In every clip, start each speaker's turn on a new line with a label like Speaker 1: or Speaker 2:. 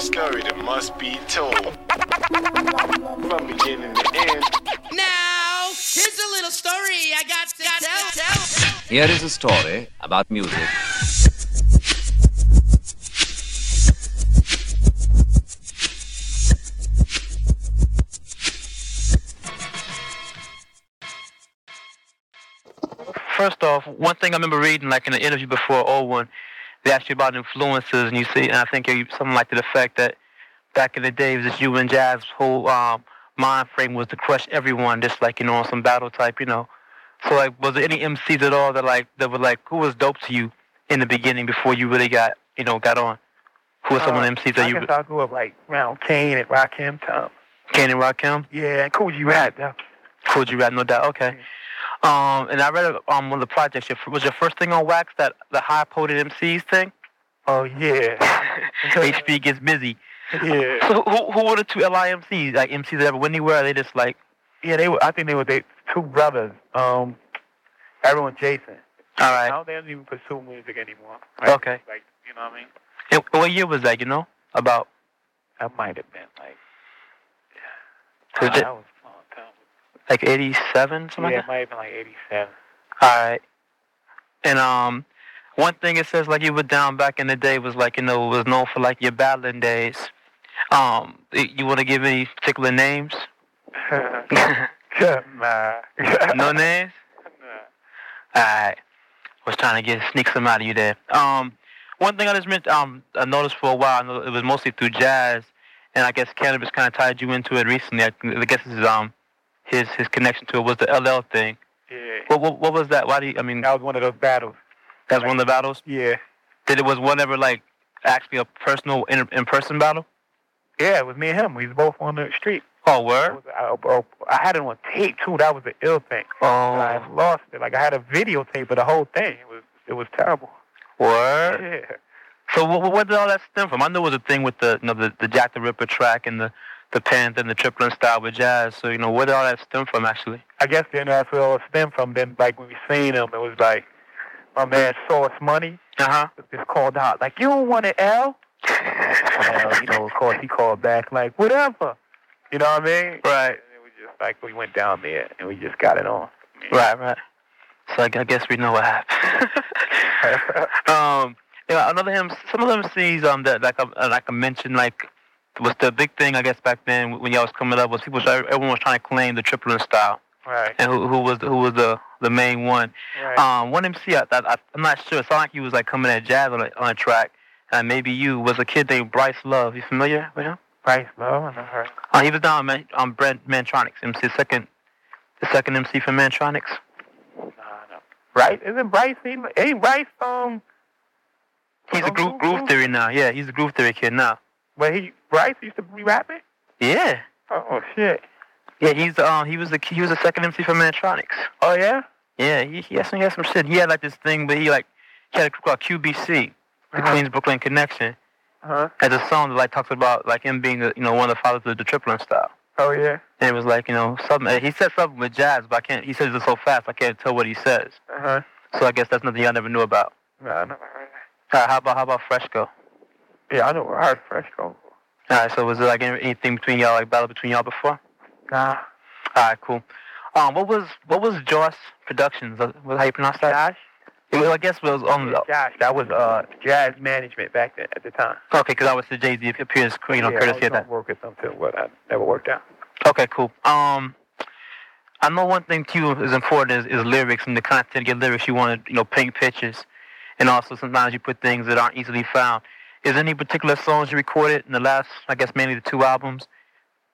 Speaker 1: story that must be told. From beginning to end.
Speaker 2: Now, here's a little story I got to tell. tell.
Speaker 3: Here is a story about music.
Speaker 4: First off, one thing I remember reading, like in an interview before Owen, they asked you about influences, and you see, and I think you- something like to the fact that back in the day, it was just you and Jazz whole um, mind frame was to crush everyone, just like you know, on some battle type, you know. So like, was there any MCs at all that like that were like, who was dope to you in the beginning before you really got you know got on? Who were some of the MCs that
Speaker 5: I
Speaker 4: you
Speaker 5: guess I grew up like around Kane and Rakim time.
Speaker 4: Candy Rakim?
Speaker 5: Yeah, and Cool G Rap. though.
Speaker 4: Cool G Rap, no doubt. Okay. Um, and I read um one of the projects. Your, was your first thing on Wax that the high potent MCs thing?
Speaker 5: Oh yeah,
Speaker 4: HB gets busy.
Speaker 5: yeah,
Speaker 4: So who who were the two LIMCs like MCs that ever went anywhere? Or they just like
Speaker 5: yeah. They were. I think they were they two brothers. Um, everyone Jason.
Speaker 4: all
Speaker 5: I
Speaker 4: right.
Speaker 5: don't, they don't even pursue music anymore.
Speaker 4: Okay.
Speaker 5: Like you know what I mean?
Speaker 4: And what year was that? You know about
Speaker 5: That might have been like.
Speaker 4: Was
Speaker 5: Nah,
Speaker 4: it-
Speaker 5: that was a long time.
Speaker 4: like eighty seven something like
Speaker 5: yeah,
Speaker 4: that.
Speaker 5: it might have been like '87.
Speaker 4: All right. And um, one thing it says like you were down back in the day was like you know was known for like your battling days. Um, y- you want to give any particular names?
Speaker 5: nah.
Speaker 4: no names. All right. Was trying to get sneak some out of you there. Um, one thing I just meant um I noticed for a while I know it was mostly through jazz, and I guess cannabis kind of tied you into it recently. I, I guess his um his his connection to it was the LL thing.
Speaker 5: Yeah.
Speaker 4: What what, what was that? Why do you, I mean
Speaker 5: That was one of those battles.
Speaker 4: that's one of the battles?
Speaker 5: Yeah.
Speaker 4: Did it was one ever like actually a personal in in person battle?
Speaker 5: Yeah, it was me and him. We was both on the street.
Speaker 4: Oh,
Speaker 5: It
Speaker 4: word.
Speaker 5: was- I, I- I had it on tape too. That was the ill thing. I
Speaker 4: Oh,
Speaker 5: lost it. Like I had a videotape of the whole thing. It was it was terrible.
Speaker 4: word.
Speaker 5: Yeah.
Speaker 4: So what, what did all that stem from? I know it was a thing with the you know, the, the Jack the Ripper track and the the Panther and the Triplin style with jazz. So you know where did all that stem from actually?
Speaker 5: I guess then that's where it all stemmed from. Then like when we seen him, it was like my man Source Money
Speaker 4: Uh huh.
Speaker 5: was just called out like you don't want an L. Well, you know, of course he called back like whatever. You know what I mean?
Speaker 4: Right.
Speaker 5: And it was just like we went down there and we just got it on.
Speaker 4: Right. Right. So I, gu- I guess we know what happened. um. Yeah. Another him. Some of them scenes um that like I like I mentioned like was the big thing I guess back then when y'all was coming up was people everyone was trying to claim the Triplin style
Speaker 5: right.
Speaker 4: and who, who was who was the the main one.
Speaker 5: Right.
Speaker 4: Um, one MC, I, I, I, I'm not sure. It sounded like you was like coming at jazz on a, on a track, and maybe you was a kid named Bryce Love. You familiar with him?
Speaker 5: Price Love and her.
Speaker 4: Uh, he was down on, Man- on Brent Mantronics, MC second, the second MC for Mantronics.
Speaker 5: Right? Isn't Bryce? He, ain't Bryce? Um, Oh,
Speaker 4: He's a groove, groove theory now. Yeah, he's a groove theory kid now.
Speaker 5: but he Bryce used to be rapping.
Speaker 4: Yeah,
Speaker 5: Oh shit!
Speaker 4: yeah. He's um he was the he was the second MC for Mantronics.
Speaker 5: Oh yeah.
Speaker 4: Yeah, he he had some, he had some shit. He had like this thing, but he like he had a group called QBC, the
Speaker 5: Uh-huh.
Speaker 4: Queens Brooklyn Connection,
Speaker 5: Huh?
Speaker 4: has a song that like talks about like him being the, you know one of the fathers of the Triplin style.
Speaker 5: Oh yeah.
Speaker 4: And it was like, you know, something. He said something with jazz, but I can't. He says it so fast, I can't tell what he says.
Speaker 5: Uh huh.
Speaker 4: So I guess that's nothing y'all never knew about.
Speaker 5: Nah, I never heard
Speaker 4: All right, how about how about Fresco? All
Speaker 5: that. Yeah, I know. I heard Fresco.
Speaker 4: right, so was it like any- anything between y'all, like battle between y'all before?
Speaker 5: Nah.
Speaker 4: All right, cool. Um, what was what was Joss Productions? Uh, what- How you pronounce that?
Speaker 5: Josh.
Speaker 4: Well, I guess it was on. The,
Speaker 5: Josh. That was uh jazz management back then at the time.
Speaker 4: okay, because I was the Jay Z appearance, you know,
Speaker 5: yeah, I was
Speaker 4: courtesy of
Speaker 5: gonna
Speaker 4: that.
Speaker 5: work with them too, but I never worked out.
Speaker 4: Okay, cool. Um, I know one thing too is important is, is lyrics and the content. Get lyrics. You want to you know paint pictures, and also sometimes you put things that aren't easily found. Is there any particular songs you recorded in the last, I guess, mainly the two albums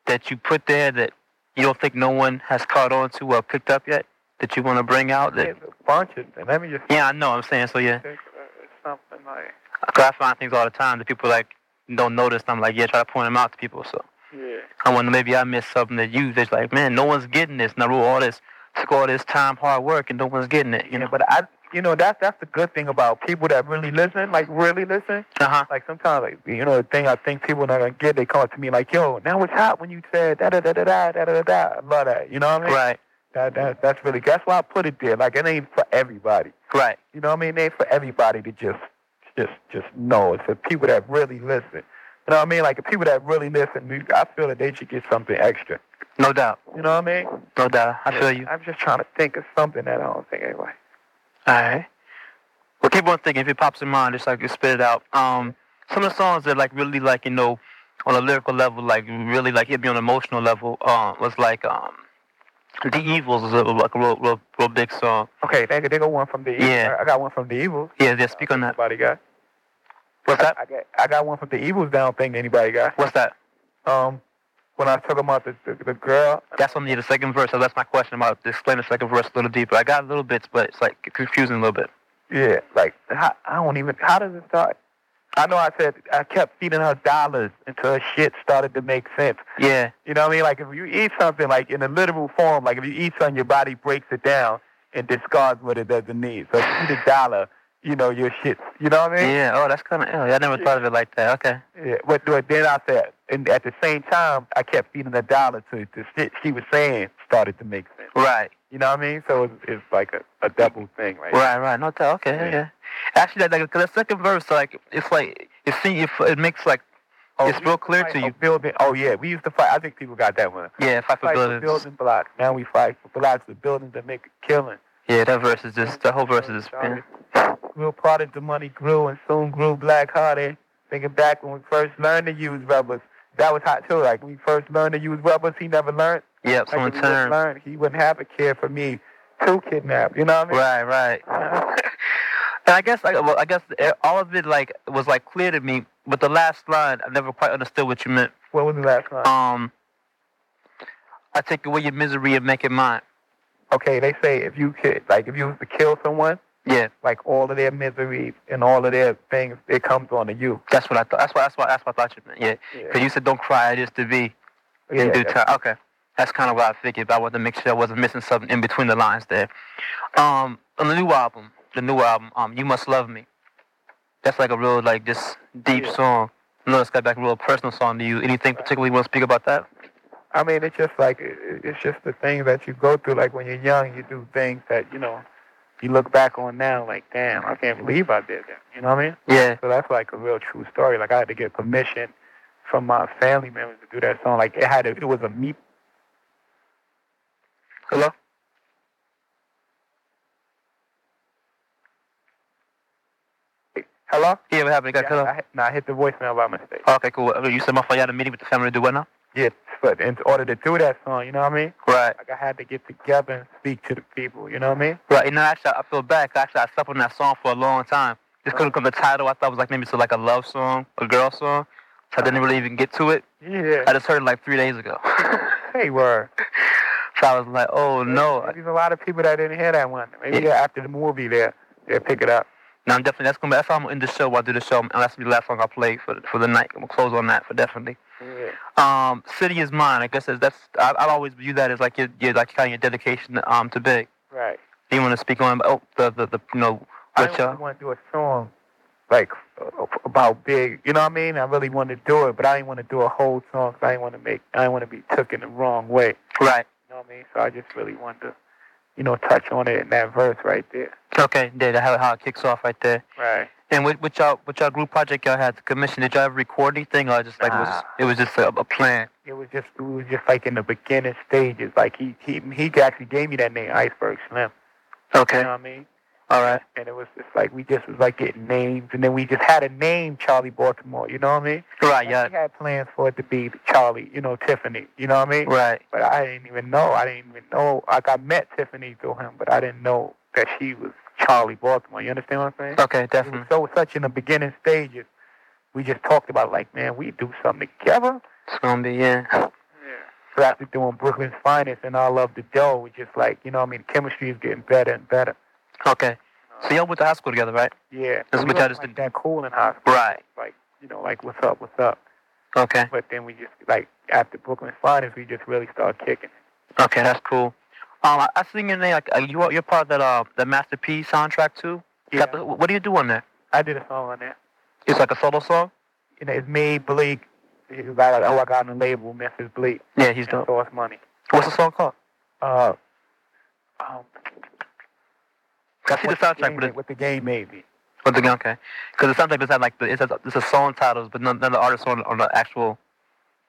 Speaker 4: that you put there that you don't think no one has caught on to or picked up yet that you want to bring out? That
Speaker 5: There's a bunch of them. Let me just
Speaker 4: yeah, I know. I'm saying so. Yeah,
Speaker 5: think of it. It's something like
Speaker 4: 'Cause I find things all the time that people like don't notice. and I'm like, yeah, try to point them out to people. So.
Speaker 5: yeah.
Speaker 4: I wonder maybe I missed something that you that's like, man, no one's getting this. And I wrote all this, took all this time, hard work, and no one's getting it. You
Speaker 5: You know,
Speaker 4: know.
Speaker 5: but I, you know, that's that's the good thing about people that really listen, like really listen.
Speaker 4: Uh huh.
Speaker 5: Like sometimes, like you know, the thing I think people not gonna get, they come up to me like, "Yo, now it's hot when you said da da da da da da da da." I love that. You know what I mean?
Speaker 4: Right.
Speaker 5: That, that that's really that's why I put it there. Like it ain't for everybody.
Speaker 4: Right.
Speaker 5: You know what I mean? It ain't for everybody to just just just know. It's for people that really listen. You know what I mean? Like the people that really listen, music, I feel that they should get something extra.
Speaker 4: No doubt.
Speaker 5: You know what I mean?
Speaker 4: No doubt. I feel you.
Speaker 5: I'm just trying to think of something that I don't think anyway.
Speaker 4: All right. Well, keep on thinking. If it pops in mind, just like you spit it out. Um, some of the songs that like really like you know, on a lyrical level, like really like hit me on an emotional level. Um, was like um, The Evils was a, like a real, real, real big song.
Speaker 5: Okay, they, they got one from the evil.
Speaker 4: Yeah.
Speaker 5: I got one from the evil.
Speaker 4: Yeah, yeah. Speak on that.
Speaker 5: Anybody got?
Speaker 4: What's that?
Speaker 5: I got I got one from the evils down thing. that Anybody got?
Speaker 4: What's that?
Speaker 5: Um, when I was talking about the the, the girl.
Speaker 4: That's on the the second verse. So that's my question about to explain the second verse a little deeper. I got a little bits, but it's like confusing a little bit.
Speaker 5: Yeah. Like how, I don't even. How does it start? I know I said I kept feeding her dollars until her shit started to make sense.
Speaker 4: Yeah.
Speaker 5: You know what I mean? Like if you eat something, like in a literal form, like if you eat something, your body breaks it down and discards what it doesn't need. So if you eat a dollar, you know your shit. You know what I mean?
Speaker 4: Yeah. Oh, that's kind of ill. I never thought of it like that. Okay.
Speaker 5: Yeah, but, but then I said, and at the same time, I kept feeding a dollar to the shit she was saying started to make sense.
Speaker 4: Right.
Speaker 5: You know what I mean? So it's, it's like a, a double thing, right?
Speaker 4: Right, right. No doubt. Okay,
Speaker 5: Yeah.
Speaker 4: yeah. yeah. Actually, that like, 'cause the second verse, like, it's like it seems it makes like
Speaker 5: Oh,
Speaker 4: it's
Speaker 5: we
Speaker 4: real
Speaker 5: used to
Speaker 4: clear
Speaker 5: fight
Speaker 4: to
Speaker 5: a
Speaker 4: you.
Speaker 5: Building. Oh yeah, we used to fight. I think people got that one.
Speaker 4: yeah, fight for
Speaker 5: Fight for
Speaker 4: buildings.
Speaker 5: building blocks. Now we fight for blocks. The buildings that make a killing.
Speaker 4: Yeah, that verse is just the whole verse is just. Yeah.
Speaker 5: Sorry. Real part of the money grew and soon grew black hearted. Thinking back when we first learned to use rubbers, that was hot too. Like when we first learned to use rubbers, he never learned.
Speaker 4: Yep.
Speaker 5: Like
Speaker 4: Someone
Speaker 5: if he would've
Speaker 4: turn.
Speaker 5: learned, he wouldn't have a care for me to kidnap. You know what I mean?
Speaker 4: Right, right. and I guess like, well, I guess uh, all of it like was like clear to me, but the last line I never quite understood what you meant.
Speaker 5: What was the last line?
Speaker 4: Um, I take away your misery and make it mine.
Speaker 5: Okay, they say if you kid, like if you was to kill someone,
Speaker 4: Yeah,
Speaker 5: like all of their misery and all of their things, it comes onto you.
Speaker 4: that's what I thought. That's why. That's why. That's what I thought you meant. Yeah.
Speaker 5: Yeah.
Speaker 4: Cause you said don't cry, it is to be. in due time. Okay, that's kind of what I figured. But I wanted to make sure I wasn't missing something in between the lines there. Um, on the new album, the new album, um, you must love me. That's like a real like just deep
Speaker 5: Yeah.
Speaker 4: song. I know it's got like a real personal song to you. Anything particularly you want to speak about that?
Speaker 5: I mean, it's just like it- it- it's just the things that you go through. Like when you're young, you do things that you know you look back on now, like damn, I can't believe I did that. You know what I mean?
Speaker 4: Yeah,
Speaker 5: So that's like a real true story. Like I had to get permission from my family members to do that song. Like it had to, it was a meet.
Speaker 4: Hello?
Speaker 5: Hello.
Speaker 4: yeah. What happened? You got
Speaker 5: Yeah,
Speaker 4: cut
Speaker 5: I, I, no, I hit the voicemail by mistake.
Speaker 4: off. Okay, cool. Okay, You said my fault. You had a meeting with the family to do what now?
Speaker 5: Yeah, but in order to do that song, you know what I mean?
Speaker 4: Right,
Speaker 5: Like I had to get together and speak to the people. You know what I mean?
Speaker 4: right. You know, actually, I feel bad. 'cause Actually, I slept on that song for a long time. Just couldn't come the title. I thought it was like maybe it's like a love song, a girl song. So I didn't really even get to it. I
Speaker 5: Yeah.
Speaker 4: just heard it like three days ago.
Speaker 5: Hey, word.
Speaker 4: So I was like, oh no.
Speaker 5: Maybe there's a lot of people that didn't hear that one. Maybe
Speaker 4: Yeah.
Speaker 5: after the movie, they they pick it up.
Speaker 4: Now I'm definitely that's gonna be that's how I'm gonna end the show while I do the show. And that's gonna be the last song I play for the, for the night. I'm gonna close on that for definitely.
Speaker 5: Yeah.
Speaker 4: Um, City is mine. I guess that's, that's I, I always view that as like your, your like kind of your dedication um to Big.
Speaker 5: Right. uh,
Speaker 4: Do you want to speak on oh the the, the you know
Speaker 5: I
Speaker 4: what
Speaker 5: do
Speaker 4: y'all?
Speaker 5: want to do a song like uh, about big. You know what I mean? I really want to do it, but I didn't want to do a whole song. 'cause I didn't want to make. I didn't want to be took in the wrong way.
Speaker 4: Right.
Speaker 5: You know what I mean? So I just really wanted to, you know, touch on it in that verse right there.
Speaker 4: Okay. Did how how it kicks off right there.
Speaker 5: Right.
Speaker 4: And what what y'all what y'all group project y'all had to commission? Did y'all ever record anything or just like it was just, it was just a, a plan?
Speaker 5: It was just it was just like in the beginning stages. Like he he he actually gave me that name Iceberg Slim. You
Speaker 4: Okay.
Speaker 5: know what I mean?
Speaker 4: All right.
Speaker 5: And it was just like we just was like getting names, and then we just had a name Charlie Baltimore. You know what I mean?
Speaker 4: Right. Yeah.
Speaker 5: We had plans for it to be Charlie. You know Tiffany. You know what I mean?
Speaker 4: Right.
Speaker 5: but I didn't even know. I didn't even know. Like I met Tiffany through him, but I didn't know that she was Charlie Baltimore. You understand what I'm saying?
Speaker 4: Okay.
Speaker 5: It was
Speaker 4: Definitely.
Speaker 5: so such in the beginning stages. We just talked about like, man, we do something together.
Speaker 4: It's gonna be yeah.
Speaker 5: So after doing Brooklyn's Finest and I Love the Dough, we just like, you know, what I mean, chemistry is getting better and better.
Speaker 4: Okay. So y'all went to high school together, right?
Speaker 5: Yeah,
Speaker 4: That's what
Speaker 5: we wasn't,
Speaker 4: I just
Speaker 5: like
Speaker 4: did.
Speaker 5: that cool in high school.
Speaker 4: Right.
Speaker 5: Like, you know, like what's up, what's up.
Speaker 4: Okay.
Speaker 5: But then we just like after Brooklyn's Finest, we just really started kicking.
Speaker 4: Okay, that's cool. Um, I, I seen your name. Like, uh, you are, you're part of that uh, the Master P soundtrack too.
Speaker 5: Yeah,
Speaker 4: Got the- what do you do on there?
Speaker 5: I did a song on that.
Speaker 4: It's like a solo song.
Speaker 5: you know, it's me, Bleak. It's about oh, I got on the label, Memphis Bleak,
Speaker 4: Yeah, he's
Speaker 5: and
Speaker 4: dope.
Speaker 5: Source Money.
Speaker 4: What's the song called?
Speaker 5: Uh, um,
Speaker 4: I see the
Speaker 5: What
Speaker 4: soundtrack,
Speaker 5: Game
Speaker 4: but
Speaker 5: Ma-
Speaker 4: it,
Speaker 5: what the game maybe.
Speaker 4: Oh, the, okay. Because sometimes it's not like the, it's, a, it's a song titles, but none, none of the artists on, on the actual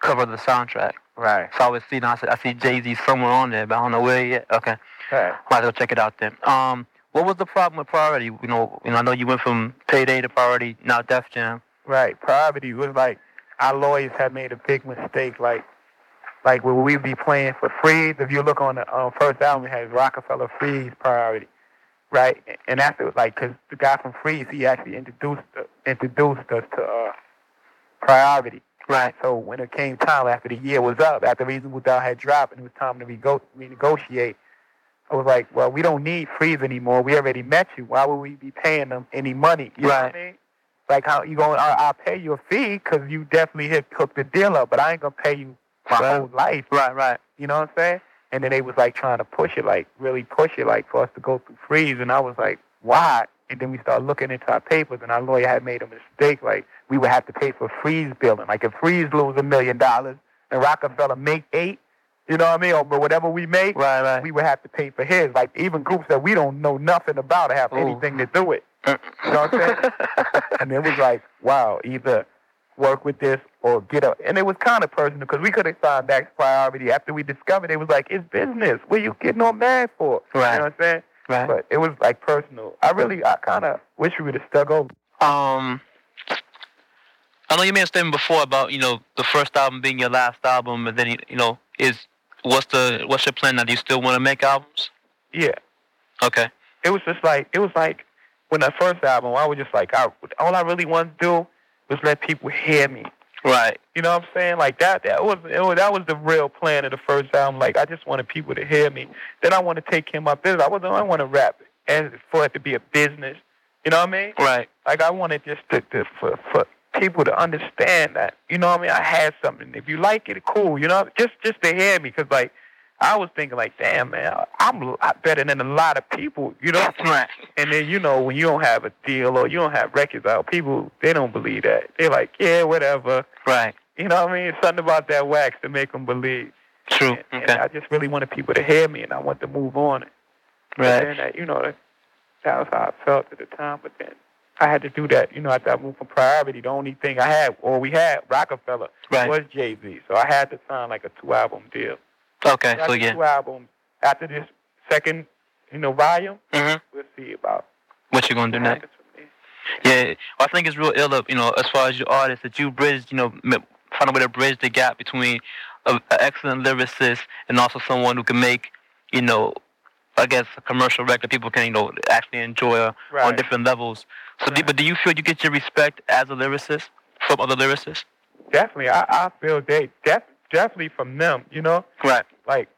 Speaker 4: cover of the soundtrack.
Speaker 5: Right.
Speaker 4: So I always see, you know, I see, I see Jay Z somewhere on there, but I don't know where yet. Okay,
Speaker 5: Right.
Speaker 4: might as well check it out then. Um, what was the problem with Priority? You know, you know, I know you went from Payday to Priority, now Def Jam.
Speaker 5: Right. Poverty was like our lawyers had made a big mistake. Like, like when we be playing for Freeze, if you look on the um, first album, it has Rockefeller Freeze priority, right? And that's it, like, cause the guy from Freeze, he actually introduced uh, introduced us to uh, priority.
Speaker 4: Right.
Speaker 5: So when it came time after the year was up, after Reasonable Doubt had dropped, and it was time to rego- renegotiate, I was like, well, we don't need Freeze anymore. We already met you. Why would we be paying them any money? You know what
Speaker 4: Right.
Speaker 5: I mean? Like how you going? I- I'll pay you a fee because you definitely hit hooked the deal up, but I ain't gonna pay you my
Speaker 4: Right.
Speaker 5: whole life.
Speaker 4: Right. Right.
Speaker 5: You know what I'm saying? And then they was like trying to push it, like really push it, like for us to go through freeze. And I was like, why? And then we started looking into our papers, and our lawyer had made a mistake. Like we would have to pay for freeze billing. Like if freeze lose a million dollars and Rockefeller make eight, you know what I mean? Or but whatever we make,
Speaker 4: Right. Right.
Speaker 5: we would have to pay for his. Like even groups that we don't know nothing about have
Speaker 4: Ooh.
Speaker 5: anything to do with. You know what I'm saying? and it was like, wow, either work with this or get up. And it was kind of personal because we could have signed back priority after we discovered it was like, it's business. What you getting all mad for?
Speaker 4: Right.
Speaker 5: You know what I'm saying?
Speaker 4: right.
Speaker 5: But it was like personal. I really, I kind of wish we would have stuck over.
Speaker 4: Um, I know you made a statement before about you know the first album being your last album, and then you- you know is what's the what's your plan now? Do you still want to make albums?
Speaker 5: Yeah.
Speaker 4: Okay,
Speaker 5: it was just like it was like when the first album, I was just like, I, all I really wanted to do was let people hear me.
Speaker 4: right,
Speaker 5: You know what I'm saying? Like that. That was, it was that was the real plan of the first album. Like I just wanted people to hear me. Then I want to take care of my business. I wasn't. I want to rap and for it to be a business. You know what I mean?
Speaker 4: right,
Speaker 5: Like I wanted just to, to for for people to understand that. You know what I mean? I had something. If you like it, cool. You know, just just to hear me, 'cause like I was thinking like, damn man, I'm a lot better than a lot of people. You know?
Speaker 4: right,
Speaker 5: And then you know when you don't have a deal or you don't have records out, people they don't believe that. They're like, yeah, whatever.
Speaker 4: right.
Speaker 5: You know what I mean? It's something about that wax to make them believe.
Speaker 4: True.
Speaker 5: And, and
Speaker 4: Okay.
Speaker 5: I just really wanted people to hear me, and I want to move on. But
Speaker 4: Right.
Speaker 5: then that, you know, that, that was how I felt at the time. But then I had to do that. You know, after I moved from priority, the only thing I had, or we had, Rockefeller,
Speaker 4: Right.
Speaker 5: was Jay Z. So I had to sign like a two album deal.
Speaker 4: Okay. So
Speaker 5: After
Speaker 4: yeah.
Speaker 5: two albums. After this second, you know, volume,
Speaker 4: hmm
Speaker 5: we'll see about
Speaker 4: What you gonna do
Speaker 5: what
Speaker 4: next?
Speaker 5: happens from there.
Speaker 4: Yeah. I think it's real ill. Of, you know, as far as your artist, that you bridge. You know, m- find a way to bridge the gap between an excellent lyricist and also someone who can make. You know, I guess a commercial record people can you know actually enjoy. Or, on different levels. So, do,
Speaker 5: Right.
Speaker 4: but do you feel you get your respect as a lyricist from other lyricists?
Speaker 5: definitely. I, I feel they def, definitely from them. You know,
Speaker 4: Right.
Speaker 5: like,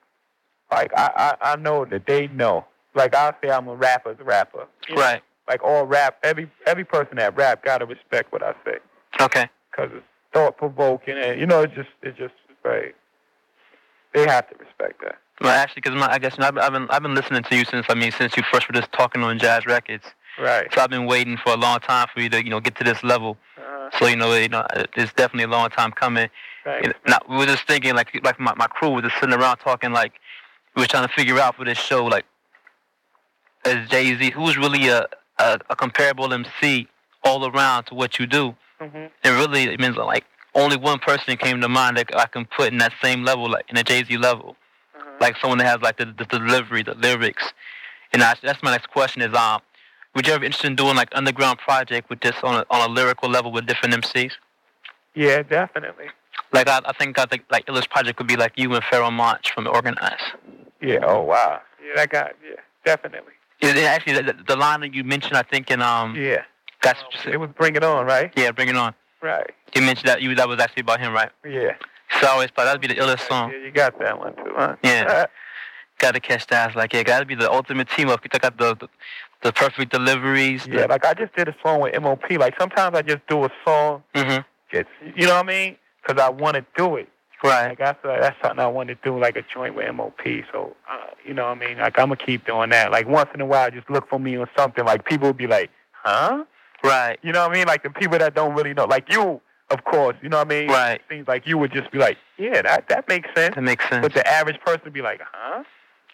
Speaker 5: like I, I, I know that they know. Like I say, I'm a rapper's rapper. you know?
Speaker 4: Right.
Speaker 5: Like all rap, every every person that rap gotta respect what I say
Speaker 4: Okay.
Speaker 5: because it's thought provoking and you know it's just it's just like they have to respect that.
Speaker 4: Well, actually, because I guess you know, I've, been- I've been I've been listening to you since I mean since you first were just talking on Jazz Records.
Speaker 5: Right.
Speaker 4: So I've been waiting for a long time for you to you know get to this level.
Speaker 5: Uh,
Speaker 4: So you know, you know it's definitely a long time coming.
Speaker 5: right.
Speaker 4: And now, we were just thinking like like my, my crew was just sitting around talking like we were trying to figure out for this show like as Jay Z who's really a, a a comparable MC all around to what you do.
Speaker 5: Mhm.
Speaker 4: And really, it means like only one person came to mind that I can put in that same level, like in a Jay Z level, like someone that has like the, the delivery, the lyrics. And I, that's my next question is um, would you ever interested in doing like underground project with this on a, on a lyrical level with different MCs?
Speaker 5: Yeah, definitely.
Speaker 4: Like I, I think I think like Illis project would be like you and Pharaoh Monch from Organize.
Speaker 5: Yeah. Oh wow. Yeah, that guy. Yeah, definitely.
Speaker 4: Is it actually the, the line that you mentioned? I think in um,
Speaker 5: Yeah.
Speaker 4: that's what you said.
Speaker 5: It was bring it on, right?
Speaker 4: yeah, bring it on.
Speaker 5: Right.
Speaker 4: You mentioned that you that was actually about him, right?
Speaker 5: Yeah.
Speaker 4: So I always thought that'd be the illest song.
Speaker 5: Yeah, you got that one too, huh?
Speaker 4: Yeah. Gotta catch the eyes like yeah, gotta be the ultimate team up. You took out the, the the perfect deliveries.
Speaker 5: Yeah, like I just did a song with MOP. Like sometimes I just do a song,
Speaker 4: Mm-hmm.
Speaker 5: just you know what I mean? 'Cause I want to do it.
Speaker 4: Right.
Speaker 5: Like that's that's something I want to do, like a joint with MOP. So uh, you know what I mean? Like I'm gonna keep doing that. Like once in a while, just look for me on something. Like people will be like, huh?
Speaker 4: Right.
Speaker 5: You know what I mean? Like the people that don't really know, like you, of course. You know what I mean?
Speaker 4: Right.
Speaker 5: Things like you would just be like, yeah, that that makes sense.
Speaker 4: That makes sense.
Speaker 5: But the average person would be like, huh?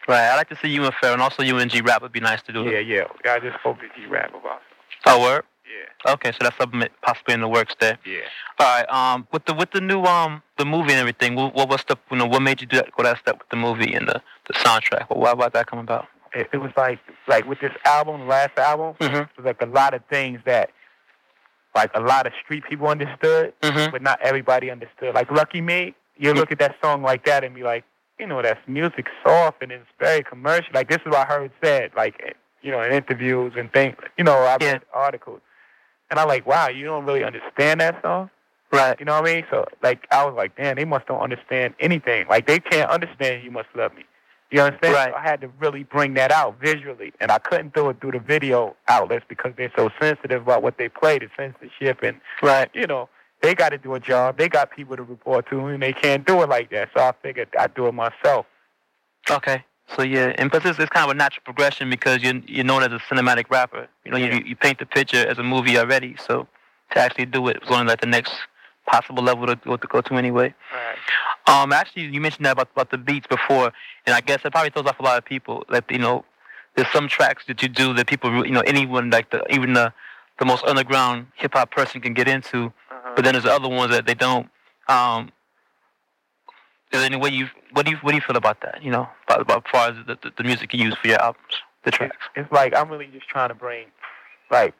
Speaker 4: right. I like to see you and Fair and also you and G Rap would be nice to do.
Speaker 5: Yeah, yeah. I just spoke to G Rap about.
Speaker 4: Oh, word.
Speaker 5: Yeah,
Speaker 4: Okay, so that's something possibly in the works there.
Speaker 5: yeah.
Speaker 4: All right. Um, with the with the new um the movie and everything, what, what was the you know what made you do that, go that step with the movie and the, the soundtrack? Well, why why that come about?
Speaker 5: It, it was like like with this album, the last album,
Speaker 4: Mhm.
Speaker 5: it was like a lot of things that like a lot of street people understood,
Speaker 4: Mhm.
Speaker 5: but not everybody understood. Like Lucky Me, you look at that song like that and be like, you know, that's music soft and it's very commercial. Like this is what I heard said, like you know, in interviews and things. You know, I
Speaker 4: Yeah.
Speaker 5: read articles, and I'm like, wow, you don't really understand that song.
Speaker 4: Right.
Speaker 5: You know what I mean? So like, I was like, damn, they must don't understand anything. Like they can't understand you must love me. You understand?
Speaker 4: Right.
Speaker 5: So I had to really bring that out visually, and I couldn't do it through the video outlets because they're so sensitive about what they play, the censorship, and
Speaker 4: Right.
Speaker 5: you know, they got to do a job. They got people to report to, and they can't do it like that. So I figured I'd do it myself.
Speaker 4: Okay. So yeah, and plus it's, it's kind of a natural progression because you you're known as a cinematic rapper. You know,
Speaker 5: Yeah.
Speaker 4: you, you paint the picture as a movie already. So to actually do it was only like the next possible level to, go- to go to anyway.
Speaker 5: Right.
Speaker 4: Um, actually, you mentioned that about, about the beats before, and I guess that probably throws off a lot of people. That you know, there's some tracks that you do that people, re- you know, anyone like the even the the most underground hip hop person can get into. But then there's the other ones that they don't. Um, is there any way you what do you what do you feel about that? You know, about, about as far as the, the, the music you use for your albums, the tracks.
Speaker 5: It's like I'm really just trying to bring, like,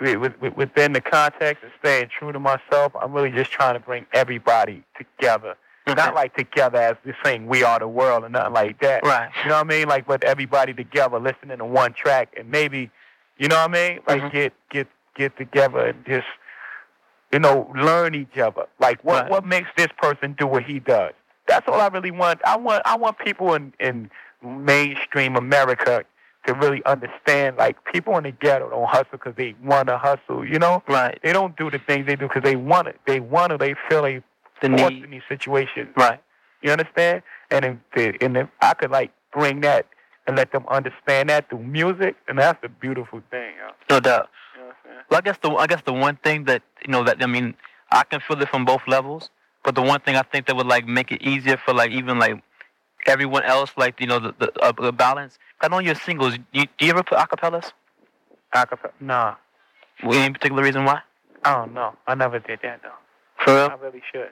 Speaker 5: wi- wi- wi- within the context and staying true to myself. I'm really just trying to bring everybody together. Not like together as this thing, we are the world or nothing like that.
Speaker 4: right,
Speaker 5: You know what I mean? Like, but everybody together listening to one track and maybe, you know what I mean? Like,
Speaker 4: Mhm.
Speaker 5: get get get together and just, you know, learn each other. Like, what
Speaker 4: Right.
Speaker 5: what makes this person do what he does? That's all I really want. I want I want people in in mainstream America to really understand. Like, people in the ghetto don't hustle because they want to hustle. You know,
Speaker 4: right.
Speaker 5: they don't do the things they do because they want it. They want to. They feel they
Speaker 4: The
Speaker 5: forced
Speaker 4: need,
Speaker 5: in these situations.
Speaker 4: right,
Speaker 5: You understand? And if the, and if I could like bring that and let them understand that through music, and that's a beautiful thing. Yo.
Speaker 4: no doubt.
Speaker 5: You know what I'm saying?
Speaker 4: Well, I guess the I guess the one thing that you know that I mean I can feel it from both levels, but the one thing I think that would like make it easier for like even like everyone else like you know the the, uh, the balance. I know your singles. You, do you ever put acapellas?
Speaker 5: Acapella? Nah,
Speaker 4: Well, Any particular reason why?
Speaker 5: I don't know. I never did that though.
Speaker 4: For real?
Speaker 5: I really should.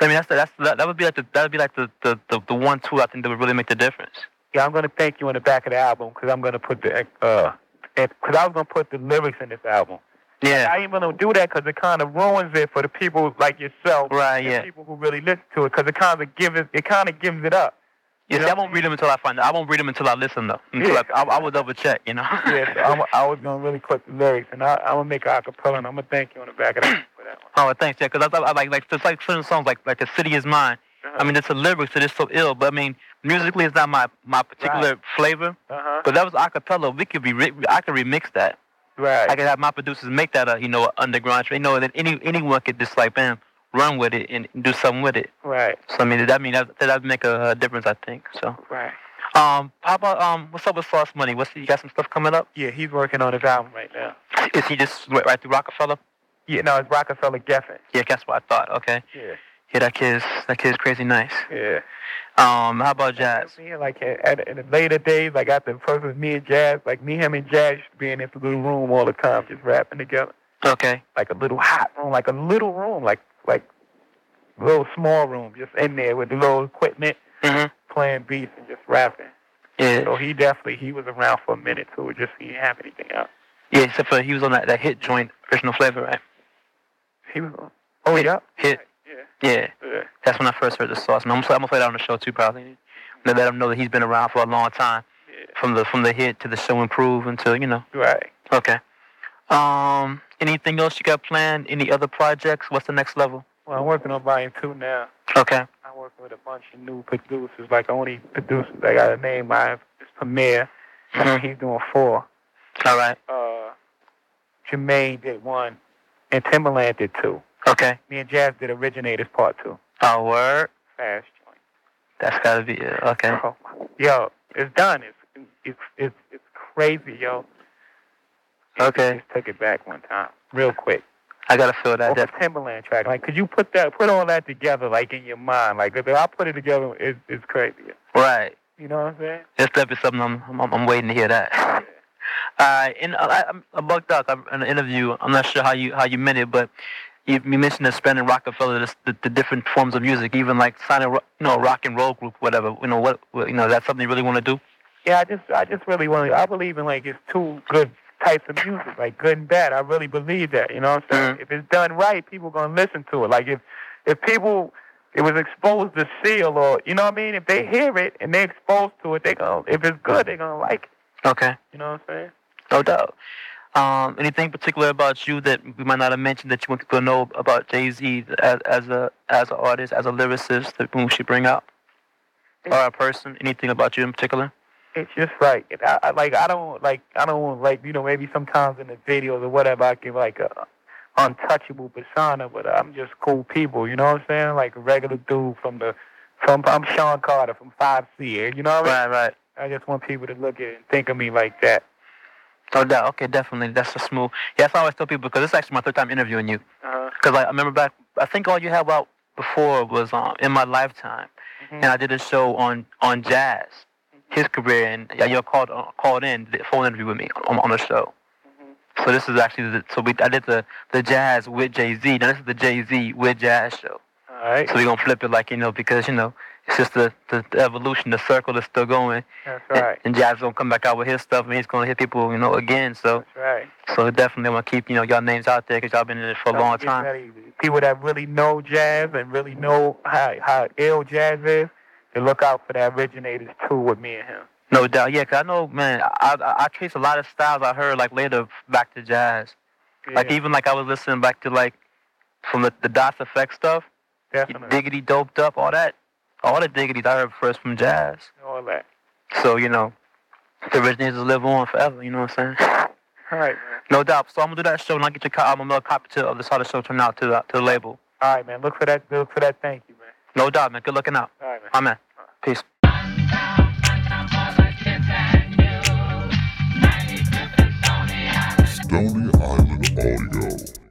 Speaker 4: I mean that's the, that's that, that would be like the that would be like the, the, the, the one tool I think that would really make the difference.
Speaker 5: Yeah, I'm gonna thank you in the back of the album because I'm gonna put the uh, because I was gonna put the lyrics in this album.
Speaker 4: Yeah.
Speaker 5: I ain't gonna do that because it kind of ruins it for the people like yourself,
Speaker 4: Right.
Speaker 5: and
Speaker 4: Yeah.
Speaker 5: people who really listen to it because it kind of gives it, it kind of gives it up.
Speaker 4: Yeah. See, I won't read them until I find. Out. I won't read them until I listen though. Until I, I, I will double check. You know.
Speaker 5: Yeah, so I'm, I was gonna really clip the lyrics, and I, I'm gonna make an acapella, and I'm gonna thank you on the back of the album for that
Speaker 4: Oh,
Speaker 5: one.
Speaker 4: thanks, yeah, 'cause I, I, I like like just like certain songs like like the city is mine. I mean, it's the lyrics that is so ill, but I mean, musically, it's not my my particular flavor.
Speaker 5: Uh-huh.
Speaker 4: But that was acapella. We could be re- I could remix that.
Speaker 5: Right.
Speaker 4: I could have my producers make that a you know a underground. You know that any anyone could just like bam run with it and do something with it.
Speaker 5: right.
Speaker 4: So I mean, that mean that that make a, uh difference. I think so.
Speaker 5: Right.
Speaker 4: Um, how about um, what's up with Sauce Money? What's you got some stuff coming up?
Speaker 5: Yeah, he's working on his album right now.
Speaker 4: Is he just right, right through Rockefeller?
Speaker 5: Yeah, no, it's Rockefeller Geffen.
Speaker 4: Yeah, that's what I thought. Okay,
Speaker 5: Yeah.
Speaker 4: yeah, that kid's that kid's crazy nice.
Speaker 5: Yeah.
Speaker 4: Um, how about Jazz?
Speaker 5: Me and like at, in the later days, like after first was me and Jazz, like me, him, and Jazz used to be in this little room all the time, just rapping together,
Speaker 4: Okay,
Speaker 5: like a little hot room, like a little room, like like little small room, just in there with the little equipment,
Speaker 4: Mhm.
Speaker 5: playing beats and just rapping.
Speaker 4: yeah,
Speaker 5: So he definitely he was around for a minute too. Just he didn't have anything else.
Speaker 4: yeah. Except for he was on that, that hit joint, original flavor, right?
Speaker 5: He was. Oh yeah.
Speaker 4: Hit. Yeah,
Speaker 5: Yeah.
Speaker 4: that's when I first heard the sauce, and I'm, gonna- I'm gonna play that on the show too, probably. To let him know that he's been around for a long time,
Speaker 5: Yeah.
Speaker 4: from the from the hit to the show improve until you know.
Speaker 5: Right.
Speaker 4: Okay. Um, anything else you got planned? Any other projects? What's the next level?
Speaker 5: Well, I'm working on volume two now.
Speaker 4: Okay.
Speaker 5: I'm working with a bunch of new producers. Like only producers I got a name. I have is Premier.
Speaker 4: Mhm.
Speaker 5: He's doing four.
Speaker 4: All right.
Speaker 5: Uh, Jermaine did one, and Timberland did two.
Speaker 4: Okay.
Speaker 5: Me and Jazz did Originators Part Two.
Speaker 4: Oh, word.
Speaker 5: Fast joint.
Speaker 4: That's gotta be it. Okay.
Speaker 5: Oh, my- yo, it's done. It's it's it's it's crazy, yo.
Speaker 4: Okay.
Speaker 5: Just took it back one time, real quick.
Speaker 4: I gotta feel that.
Speaker 5: Off a
Speaker 4: Def-
Speaker 5: Timberland track. Like, could you put that, put all that together, like in your mind? Like, if I put it together, it's it's crazy.
Speaker 4: right.
Speaker 5: You know what I'm saying?
Speaker 4: That's definitely something I'm, I'm I'm waiting to hear that. Uh, and I, I, I bugged up I, in an interview. I'm not sure how you how you meant it, but you, you mentioned that Spann and Rockefeller, the, the, the different forms of music, even like signing ro- you know a rock and roll group, whatever. You know what? what- You know that's something you really want to do.
Speaker 5: Yeah, I just I just really want to. I believe in like it's two good types of music, like good and bad. I really believe that. You know what I'm saying?
Speaker 4: Mhm.
Speaker 5: If it's done right, people gonna listen to it. Like if if people it was exposed to seal or you know what I mean. If they hear it and they exposed to it, they gonna if it's good, they gonna like it.
Speaker 4: Okay,
Speaker 5: You know what I'm saying?
Speaker 4: no doubt. Um, anything particular about you that we might not have mentioned that you want people to know about Jay Z as, as a as an artist, as a lyricist that we should bring out, or a person? Anything about you in particular?
Speaker 5: It's just like and I, I like I don't like I don't like you know maybe sometimes in the videos or whatever I give like a untouchable persona, but I'm just cool people. You know what I'm saying? Like a regular dude from the from I'm Sean Carter from Five C. You know what I mean?
Speaker 4: Right, right.
Speaker 5: I just want people to look at it and think of me like that.
Speaker 4: No doubt. Oh, Okay, definitely. That's a smooth. Yeah, that's what I always tell people because this is actually my third time interviewing you.
Speaker 5: Uh-huh.
Speaker 4: Because I remember back, I think all you had out before was um, in my lifetime, and I did a show on on jazz, his career, and yeah, you called uh, called in did a phone interview with me on on the show. So this is actually the, so we I did the the jazz with Jay Z. Now this is the Jay Z with jazz show.
Speaker 5: All right.
Speaker 4: So we're gonna flip it like you know because you know it's just the the, the evolution, the circle is still going,
Speaker 5: That's
Speaker 4: and-
Speaker 5: right.
Speaker 4: and jazz gonna come back out with his stuff, and he's gonna hit people you know again. So.
Speaker 5: That's right.
Speaker 4: So definitely want to keep you know y'all names out there because y'all been in it for a
Speaker 5: Don't
Speaker 4: long
Speaker 5: get
Speaker 4: time.
Speaker 5: that easy. People that really know jazz and really know how how ill jazz is, to look out for the originators too with me and him.
Speaker 4: No doubt, yeah. Cause I know, man, I, I I trace a lot of styles I heard like later back to jazz. Like
Speaker 5: Yeah,
Speaker 4: even like I was listening back to like from the the DOS effect stuff,
Speaker 5: definitely
Speaker 4: diggity doped up, all that, all the diggities I heard first from jazz.
Speaker 5: all that.
Speaker 4: So you know, the originators live on forever. You know what I'm saying?
Speaker 5: All right, man.
Speaker 4: No doubt. So I'm gonna do that show and I'll get your co- I'm gonna mail a copy to of this other show turned out to the to the label.
Speaker 5: All right, man. Look for that. Look for that. Thank you, man.
Speaker 4: No doubt, man. Good looking out.
Speaker 5: All right, man.
Speaker 4: Amen. Peace.
Speaker 6: Stony Island Audio.